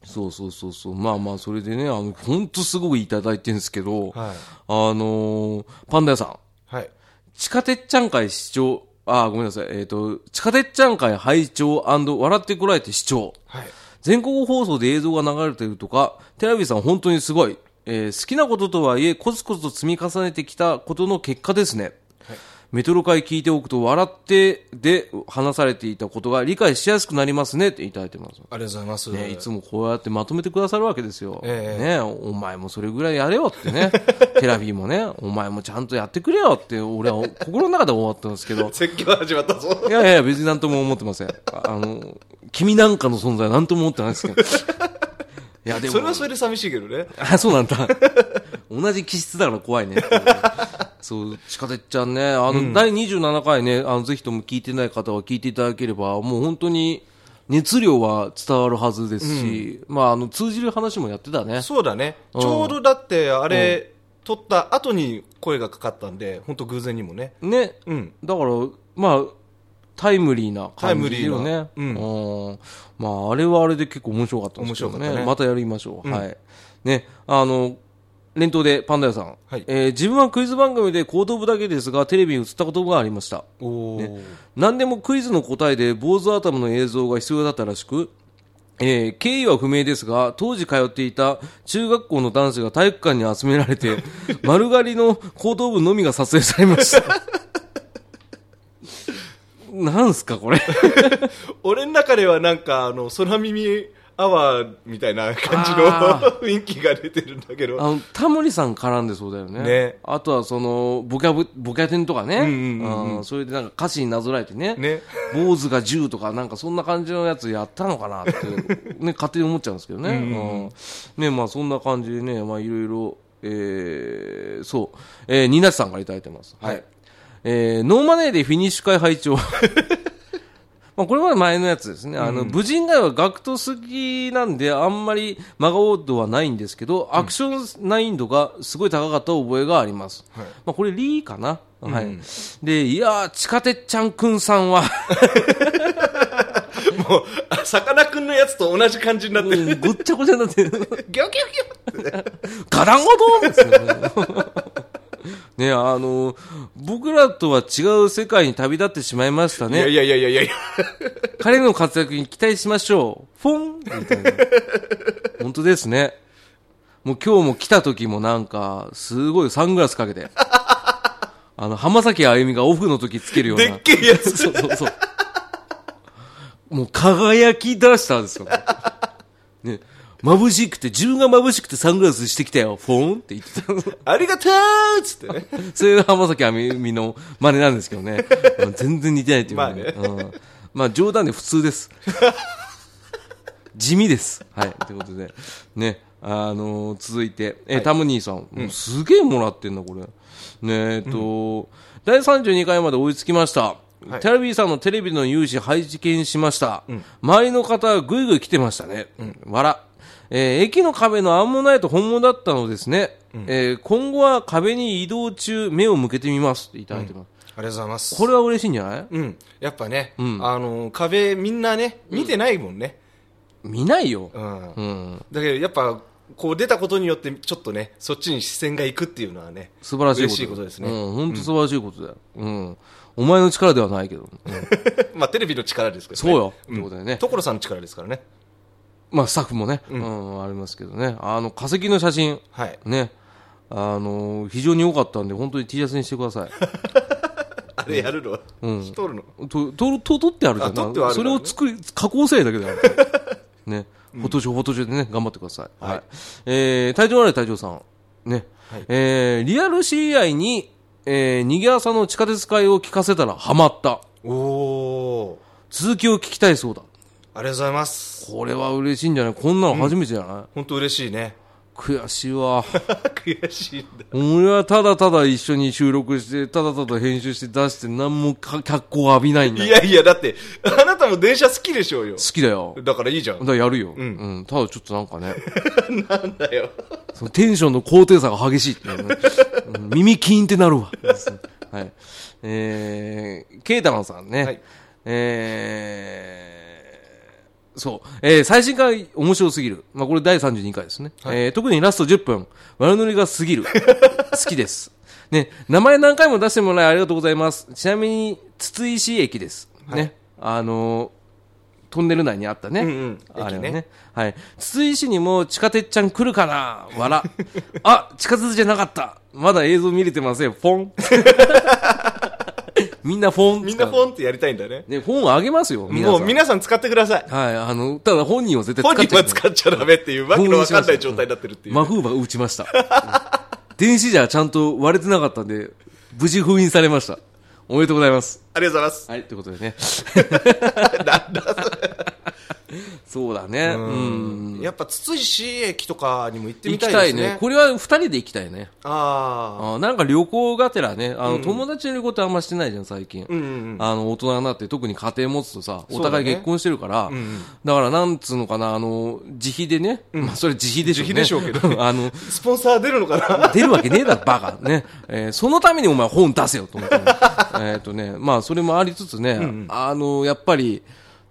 そうそうそうそう。まあまあ、それでね、あの、ほんとすごくいただいてるんですけど、
はい
あのーパンダ屋さん。
はい。
地下鉄ちゃん会視聴、あー、ごめんなさい。えっ、と、地下鉄ちゃん会拝聴笑ってこられて視聴。
はい。
全国放送で映像が流れてるとか、テラビさん本当にすごい。えー好きなこととはいえ、コツコツと積み重ねてきたことの結果ですね。メトロ会聞いておくと笑ってで話されていたことが理解しやすくなりますねっていただいてます。
ありがとうございます。
ね、いつもこうやってまとめてくださるわけですよ。
ええ
ね、お前もそれぐらいやれよってね。テラビーもね、お前もちゃんとやってくれよって俺は心の中で思ったんですけど、
説教始まったぞ。
いやいや、別になんとも思ってません。ああの、君なんかの存在はなんとも思ってないですけど。いや、でも。
それはそれで寂しいけどね。
あ、そうなんだ。 同じ気質だから怖いね。そう、地下鉄ちゃんね、あの、第27回ね、あの、ぜひとも聞いてない方は聞いていただければ、もう本当に、熱量は伝わるはずですし、まあ、あの、通じる話もやってたね。
そうだね、ちょうどだって、あれ、撮った後に声がかかったんで、本当偶然にもね。
ね。
うん。
だから、まあ、タイムリーな感じよね。
タイムリーな
うんまあ、あれはあれで結構面白かったんですけど
面白かったね
またやりましょう。
うん
はい。ね、あの、連投でパンダ屋さん。
はい
えー自分はクイズ番組で後頭部だけですが、テレビに映ったことがありました。
おお、
何でもクイズの答えで坊主頭の映像が必要だったらしく、えー経緯は不明ですが、当時通っていた中学校の男子が体育館に集められ て、丸刈りの後頭部のみが撮影されました。なんすか、これ。
俺の中ではなんか、あの、空耳アワーみたいな感じの
あ
雰囲気が出てるんだけど。
あの、タモリさん絡んでそうだよね。
ね
あとは、その、ボキャブ、ボキャテンとかね。
んうんうん
あーそれでなんか歌詞になぞらえてね。
ね。
坊主が10とか、なんかそんな感じのやつやったのかなって、 ね、勝手に思っちゃうんですけどね。うんね、まあそんな感じでね、まあいろいろ、えー、そう、えー、ニナチさんからいただいてます。はい。えー、ノーマネーでフィニッシュ会拝聴 まあこれは前のやつですね。あの、無人街は学徒好きなんで、あんまり真顔度はないんですけど、アクション難易度がすごい高かった覚えがあります。
はい
まあこれリーかな、はい。で、いやー、地下鉄ちゃんくんさんは、
もう、あさかなクンのやつと同じ感じになってる。
うんごっちゃごちゃになってる。
ギョギョギョってね。
ガランゴドーンですよね。ね、あの、僕らとは違う世界に旅立ってしまいました
いや
ね。
いやいやいやいや
彼の活躍に期待しましょう。フォンみたいな。本当ですね。もう今日も来た時もなんか、すごいサングラスかけて。あの、浜崎あゆみがオフの時つけるよう
で
な
っ。けえやつ。
そうそうそう。もう輝き出したんですよ。ね、眩しくて、自分が眩しくてサングラスしてきたよ、フォーンって言ってたの。
ありがとうっつってね。
そういう浜崎あみみの真似なんですけどね。うん全然似てないっていうか
ま
うんまあ冗談で普通です。地味です。はい。ということで。ね。あのー続いて、えータム兄さん。もうすげえもらってんな、これ。ねえっと、第32回まで追いつきました。
はい
テラビーさんのテレビの有志拝見しました。周りの方がぐいぐい来てましたね。わら。えー駅の壁のアンモナイト本物だったのですね。えー今後は壁に移動中、目を向けてみますっていただいてます。
ありがとうございます。
これは嬉しいんじゃない
うん。やっぱね、あの、壁みんなね、見てないもんね。
見ないよ。
うん。
うん。
だけどやっぱ、こう出たことによって、ちょっとね、そっちに視線が行くっていうのはね。
素晴らしいこと
嬉しいことですね
うん、本当素晴らしいことだよ。うん。お前の力ではないけど。
まあ、テレビの力ですけどね。
そうよ
ん
ってことだよね
所さんの力ですからね。
まあ、スタッフもね、うん、ありますけどね。あの、化石の写真、
はい。
ね。あの、非常に良かったんで、本当に T シャツにしてください。
あれやるの、うん、撮るの。
と、と、と、取ってあるじゃん。
あ取ってはある
それ
からね
を作り、加工せえだけだよ。これね。フォトショー、フォトショーでね、頑張ってください。はい。えー、隊長なれ隊長さん。ね。
はい
えー、リアル CI に、えー、逃げ朝の地下鉄会を聞かせたらハマった。
おー。
続きを聞きたいそうだ。
ありがとうございます。
これは嬉しいんじゃないこんなの初めてじゃない、
本当嬉しいね。
悔しいわ。
悔しいんだ。
俺はただただ一緒に収録して、ただただ編集して出して、何もか脚光浴びないんだ
い
よ。
やいや、だって、あなたも電車好きでしょうよ
好。きだよ。
だからいいじゃ
だ
ん。
からやるよ。うんん。ただちょっとなんかね、
なんだよ。
そのテンションの高低差が激しいっていうね。うん耳キーンってなる わ。はい。えー、ケイタマンさんね。
はい
えー、そう。えー、最新回面白すぎる。まあ、これ第32回ですね。えー、特にラスト10分、悪ノリがすぎる。 好きです。ね、名前何回も出してもらいありがとうございます。ちなみに、筒石駅です。ね。あのートンネル内にあったね。
うんうん
あれは
駅ね
ね。はい。筒井市にも地下鉄ちゃん来るかなわ ら。あ、地下鉄じゃなかった。まだ映像見れてません。フ ォン。みんなフォン。
みんなポンってやりたいんだね。
ね、フォンあげますよ。皆
も
さ
うん皆さん使ってください。
はい。あの、ただ本人は絶対
本
使っちゃけ
人はい
ない
使っちゃダメっていう、わけのわかんない状態になってるっていう。
マフーバー打ちました。 電子じゃちゃんと割れてなかったんで、無事封印されました。おめでとうございます。
ありがとうございます。
はい。ということでね。
なんだそれ。
そうだね。う
うん
ん。
やっぱ筒石駅とかにも行ってみ
行
た
き
い
た
で
い
すね
ね。これは二人で行きたいね。
ああ
あーなんか旅行がてらね、あの、友達の旅行ってあんましてないじゃん、最近。
うんうん
あの、大人になって、特に家庭持つとさ、
そうだね
お互い結婚してるから、だから、なんつうのかな、あの、自費でね、まあ、それ自費でしょうね。
自費でしょうけ ど
あの、
スポンサー出るのかな
出るわけねえだろ、バカ。ね。えーそのためにお前本出せよ、と思 ってね。えっとね、まあ、それもありつつね、あの、やっぱり、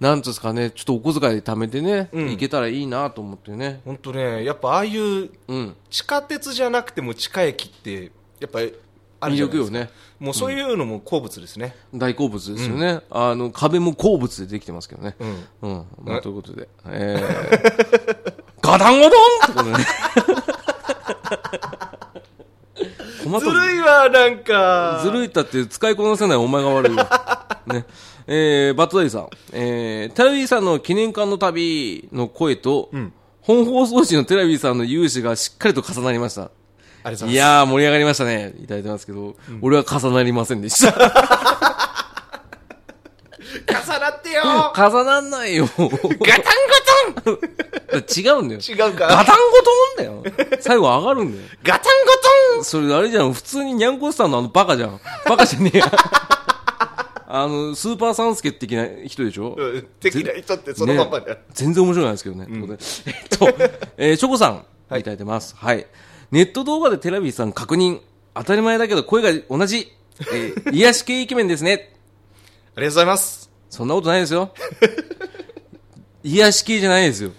なんつうんですかね、ちょっとお小遣い貯めてね、行けたらいいなと思ってね。
本当ねやっぱああいう
うん。
地下鉄じゃなくても地下駅ってやっぱりある
魅
じゃない
力
で
よ
すか
ね。
もうそういうのも好物ですね、
大好物ですよね。あの、壁も好物でできてますけどね。うん。まあ、
え
ということで。えー、ガダンゴドンってこと ね。困った
ずるいわなんか
ずるいったって使いこなせないお前が悪 いわ。ね。えー、バットダイさん。えー、テラビーさんの記念館の旅の声と、本放送時のテラビーさんの勇姿がしっかりと重なりました。
ありがとうございます
いやー、盛り上がりましたね。いただいてますけど、俺は重なりませんで した。
重なってよ
重なんないよ。
ガタンゴトン
違うんだよ。
違う
ガ
か
タンゴトンだよ。最後上がるんだよ。
ガタンゴ
それあれじゃん、普通にニャンコスターのあのバカじゃん。バカじゃねえ や。あの、スーパーサンスケ的な人でしょ
トンうん敵な人ってそのまんまだ、
ね全然面白くないですけどね。ということ でえっと、えー、ショコさん、
はい
いただいてます。はい。ネット動画でテラビーさん確認。当たり前だけど声が同じ。え ー、癒し系イケメンですね。
ありがとうございます
そんなことないですよ。 癒し系じゃないですよ。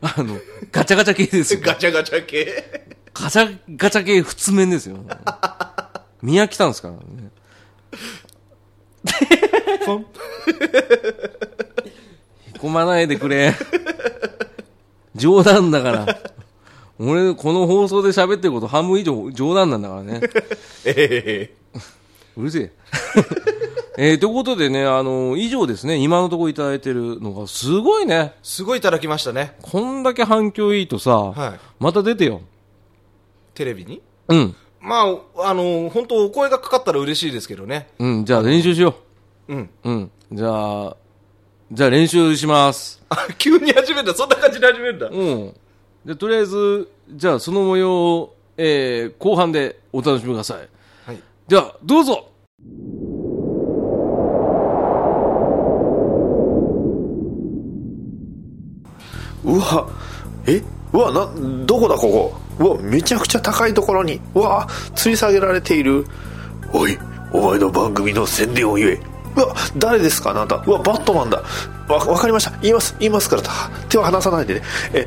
あの、ガチャガチャ系ですよ。
ガチャガチャ系
ガチャガチャ系普通面ですよ。 宮城さんですからね。
ポ ン
へこまないでくれ。冗談だから。俺、この放送で喋ってること半分以上冗談なんだからね。
え
うるせえ。えー、 ということでね、あの以上ですね、今のところいただいてるのが、すごいね。
すごいいただきましたね
こんだけ反響いいとさ、
はい
また出てよ。
テレビに
うん。
まああの本当お声がかかったら嬉しいですけどね
うん、じゃあ練習しよ
うん
う。うん。じゃあ、じゃあ練習します。
あ急に始めたそんな感じで始めるんだ
うん。で、とりあえず、じゃあその模様を、えー後半でお楽しみください。
はい
では、どうぞ
うわえうわなどこだここうわめちゃくちゃ高いところにうわ吊り下げられているおいお前の番組の宣伝を言えうわ誰ですかあなたうわバットマンだわわかりました言います言いますからた手は離さないでねえ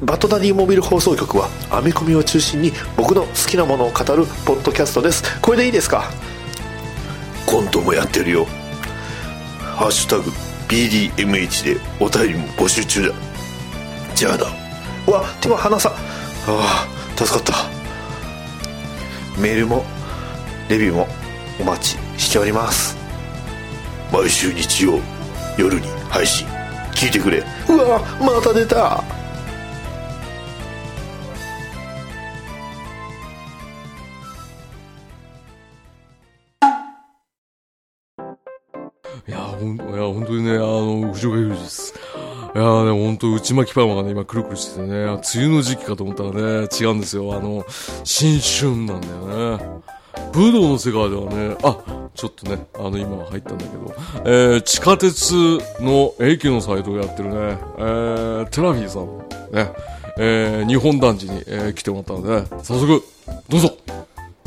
バットダディモビル放送局はアメコミを中心に僕の好きなものを語るポッドキャストですこれでいいですかコントもやってるよハッシュタグ BDMH でお便りも募集中だじゃあだうわ手は離さああ助かったメールもレビューもお待ちしております毎週日曜夜に配信聞いてくれうわまた出た
いや、ほん、いや、本当にね、あの、藤岡裕二です。いやーね、本当内巻きパーマがね、今くるくるしててね、梅雨の時期かと思ったらね、違うんですよ。あの、新春なんだよね。武道の世界ではね、あ、ちょっとね、あの、今入ったんだけど、えー、地下鉄の駅のサイトをやってるね、えー、テラフィーさん、ね、えー、日本団地に、えー来てもらったので、ね、早速、どうぞ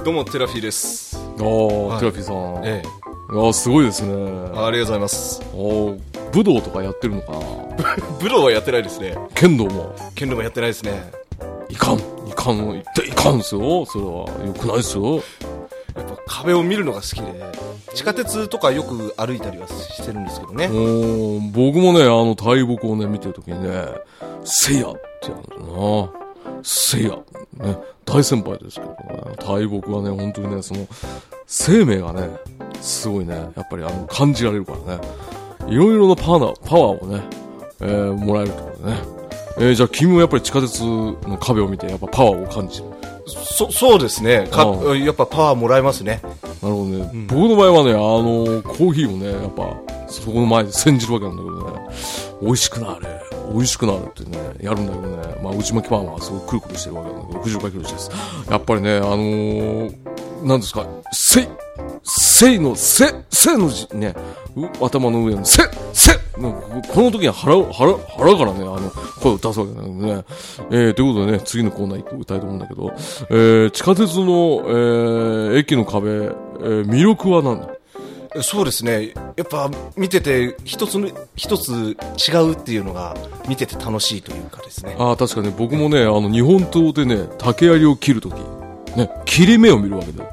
どうもテラフィーです
あー、テラフィーさん。
ええ
あーすごいですね。
ありがとうございます
おー武道とかやってるのかな
武道はやってないですね
剣道も
剣道もやってないですね
いかんいかん言っていかんですよそれはよくないですよ
やっぱ壁を見るのが好きで地下鉄とかよく歩いたりはしてるんですけどね、
もう僕もねあの大木をね見てるときにね「せいや」ってやるんだよな「せいや」ね大先輩ですけどね大木はね本当にねその生命がねすごいねやっぱりあの感じられるからねいろいろなパワーパワーをね、えーもらえるってことでねえーじゃあ君もやっぱり地下鉄の壁を見てやっぱパワーを感じる
そそうですねか
う
やっぱパワーもらえますね
なるほどね、僕の場合はね、あのコーヒーをね、やっぱ、そこの前で煎じるわけなんだけどね、美味しくなれ、美味しくなれってね、やるんだけどね、まあ、内巻きパンはすごくくるくるしてるわけなんだけど、65キロです。やっぱりね、あのー、なんですか、せい、せいの、せ、せの字、ね、う頭の上のせ、せ、もうこの時は腹を、腹、腹からね、あの、声を出すわけなんでね。えー、ということでね、次のコーナー行きたいと思うんだけど、えー、地下鉄の、えー、駅の壁、えー、魅力は何だ
そうですねやっぱ見てて一つの一つ違うっていうのが見てて楽しいというかですね
ああ、確かね、僕もね、あの、日本刀でね、竹槍を切るとき、ね、切れ目を見るわけだよ。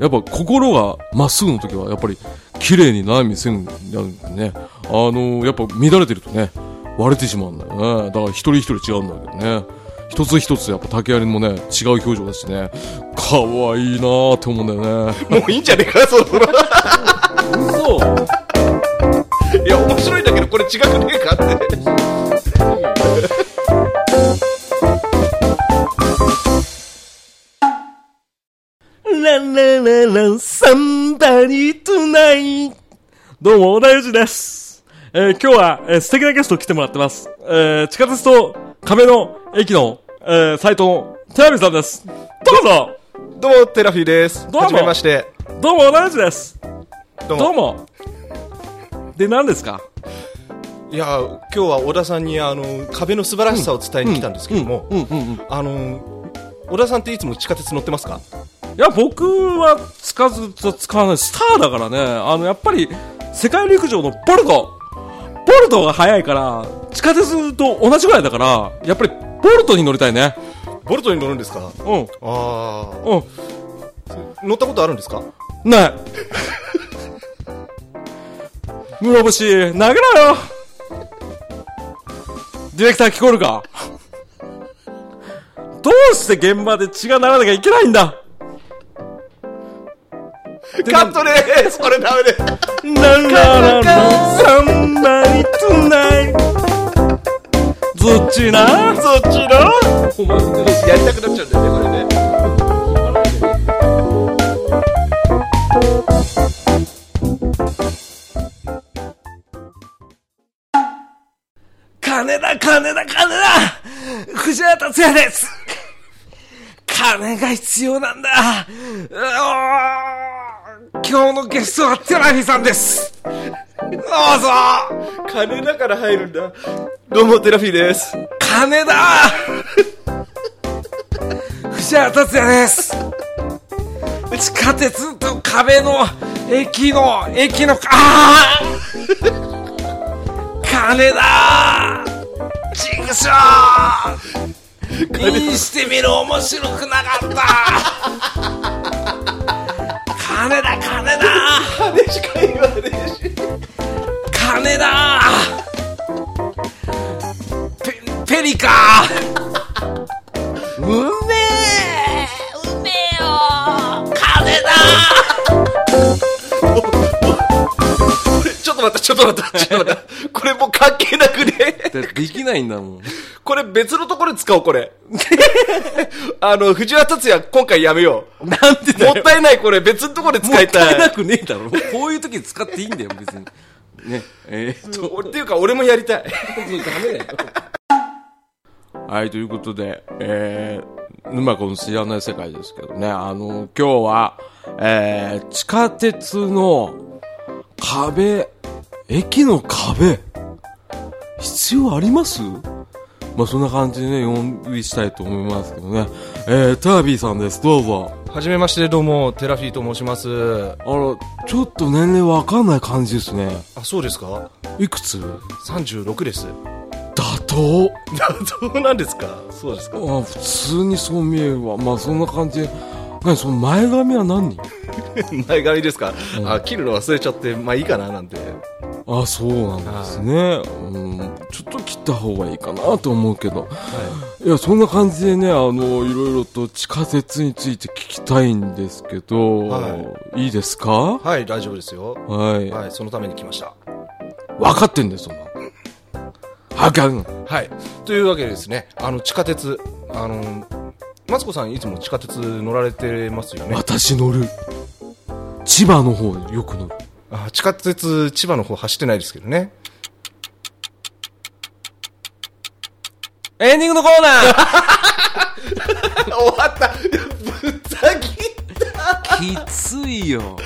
やっぱ心がまっすぐのときは、やっぱり、綺麗に悩みせんやるんでね、あのやっぱ乱れてるとね、割れてしまうんだよね。だから一人一人違うんだけどね。一つ一つやっぱ竹槍もね、違う表情だしね、可愛いなーって思うんだよね。
もういいんじゃねえかその
嘘
いや面白いんだけどこれ違くねえかって
ララララサンバリートナイどうも、大内です。えー今日は、えー素敵なゲスト来てもらってます。えー地下鉄と亀の駅の、えー、サイトのテラミさんです。どうぞ
どうもテラフィーです
どうも
はじめまして
どうも、大内です。
どうも
どうも。で、何ですか
いや今日は小田さんにあの壁の素晴らしさを伝えに来たんですけども、
うんうんうん。い
あの小田さんっていつも地下鉄乗ってますか
や、僕は、つかずと使わない、スターだからね、あの、やっぱり、世界陸上のボルト、ボルトが速いから、地下鉄と同じぐらいだから、やっぱり、ボルトに乗りたいね。
ボルトに乗るんです
う
か
ん。
あ
うん。
あ乗ったことあるんですか
ない。室伏、投げろよディレクター聞こえるかどうして現場で血が流れなきゃいけないんだ
カットでーすこれダメです
ララララ、サンバリトゥナイどっちな
そっちのやりたくなっちゃうんだよねこれね
金だ金だ金だ藤原達也です金が必要なんだうおー今日のゲストはテラフィさんですどうぞ
金だから入るんだどうもテラフィーです
金だ藤原達也です地下鉄と壁の駅の駅のあー金だジグソーインしてみる面白くなかった金だ金だ
金しか言わねえし
金だペペリカうめえうめえよ金だ
ちょっと待ったちょっと待ったちょっと待ったこれもう関係なくね
できないんだもん
これ別のところで使おうこれあの藤原達也今回やめよう
なんで
も
だ
っ
よ
たいないこれ別のところで使いたい
もったなくねえだろこういう時使っていいんだよ 別にねえー、っと
俺っていうか俺もやりたい
ダメだよはい、ということで、えー、沼子の知らない世界ですけどね、あの、今日は、えー、地下鉄の壁、駅の壁、必要ありますまあ、そんな感じでね、呼びしたいと思いますけどね。えー、タービーさんです、どうぞ。
はじめましてどうもテラフィーと申します
あら、ちょっと年齢わかんない感じですね。
あそうですか
いくつ
36です
妥当
どうなんですかそうですか
あ普通にそう見えるわまあそんな感じで何その前髪は何
前髪ですか、あ切るの忘れちゃってまあいいかななんて
あそうなんですね、うん、ちょっと切った方がいいかなと思うけどいやそんな感じでねあのいろいろと地下鉄について聞きたいんですけど、、
はい
いですか
はい大丈夫ですよ
はい、
はいそのために来ました
分かってんだよそんなのはきゃん
はいというわけでですねあの地下鉄あのマツコさんいつも地下鉄乗られてますよね
私乗る千葉の方よく乗る
あ地下鉄千葉の方走ってないですけどね
エンディングのコーナー
終わったぶった切った
きついよ。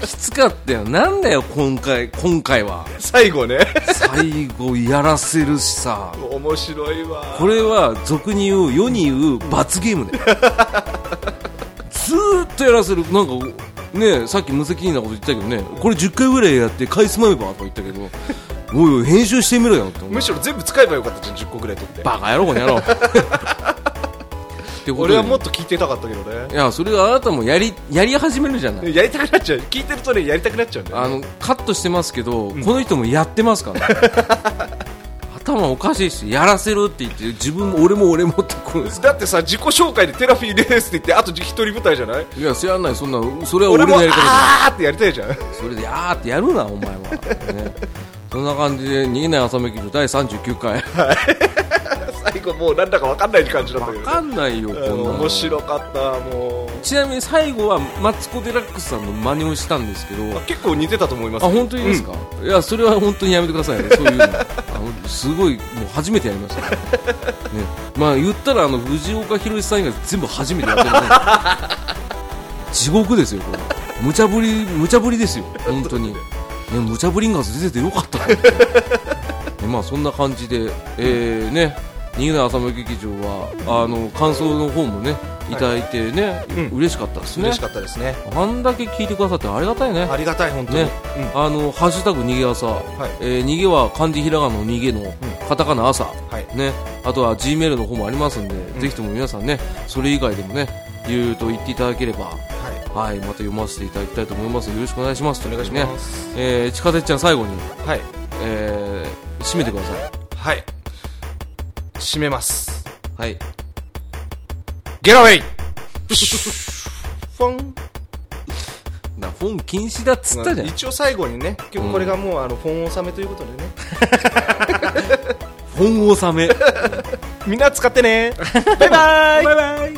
きつかったよ。なんだよ、今回、今回は。
最後ね
最後やらせるしさ。
面白いわ
これは俗に言う世に言う罰ゲー ムねずーっとやらせるなんかねさっき無責任なこと言ったけどねこれ10回ぐらいやって買いすまめばとか言ったけどおいおい編集してみろよって
むしろ全部使えばよかったじゃん10個ぐらい取って
バカ野郎この野 郎ってことで
俺はもっと聞いてたかったけどね
いやそれがあなたもやりやり始めるじゃない
やりたくなっちゃう聞いてるとねやりたくなっちゃうんだよ
あのカットしてますけど、この人もやってますから 頭おかしいしやらせるって言って自分も俺も俺もってこうです
だってさ自己紹介でテラフィーですって言ってあと一人舞台じゃない
いや知らないそんなそれは俺
俺も
のやり方だ
あーってやりたいじゃん
それであーってやるな、お前は。ね、そんな感じで、逃げない朝めきの第39回。
最後もうなんだか分かんない感じだったけ
わ
ど
かんないよ、こんな
うん
の
面白かったも
ちなみに最後は、マツコ・デラックスさんの真似をしたんですけど、
う結構似てたと思います
あ、本当にですか、いや、それは本当にやめてくださいね、そういうの。あのすごい、もう初めてやりました、ね。まあ、言ったら、あの、藤岡弘さん以外全部初めてやって るね。地獄ですよ、これ。無茶ぶり、無茶ぶりですよ、本当に。ね、無茶ぶりんが出ててよかったなねまあ、そんな感じで、えー、ね、新潟朝の劇場は、あの、感想の方もね、いただいてね、
うん
嬉しかったですね。
嬉しかったですね
あんだけ聞いてくださってありがたいね。
ありがたい本当に、
ね、あのハッシュタグ逃げ朝、
い
えー逃げは漢字ひらがなの逃げの、カタカナ朝、
はい
ね、あとは G メールの方もありますんで、ぜひとも皆さんね、それ以外でもね、いろいろと言っていただければ、
は
はい、また読ませていただきたいと思います。よろしくお願いします。と
い
い
お
うこ
願い
とでね
します、
えー、地下鉄ちゃん最後に、
はい
えー、締めてください。
はい締めます
はい。
ゲラウェイ フォン
な、フォン禁止だっつったじゃん。フ
一応最後にね今日これがもうあのフォン納めということでね、
ォン納め。
みんな使ってねバイバイバイバイ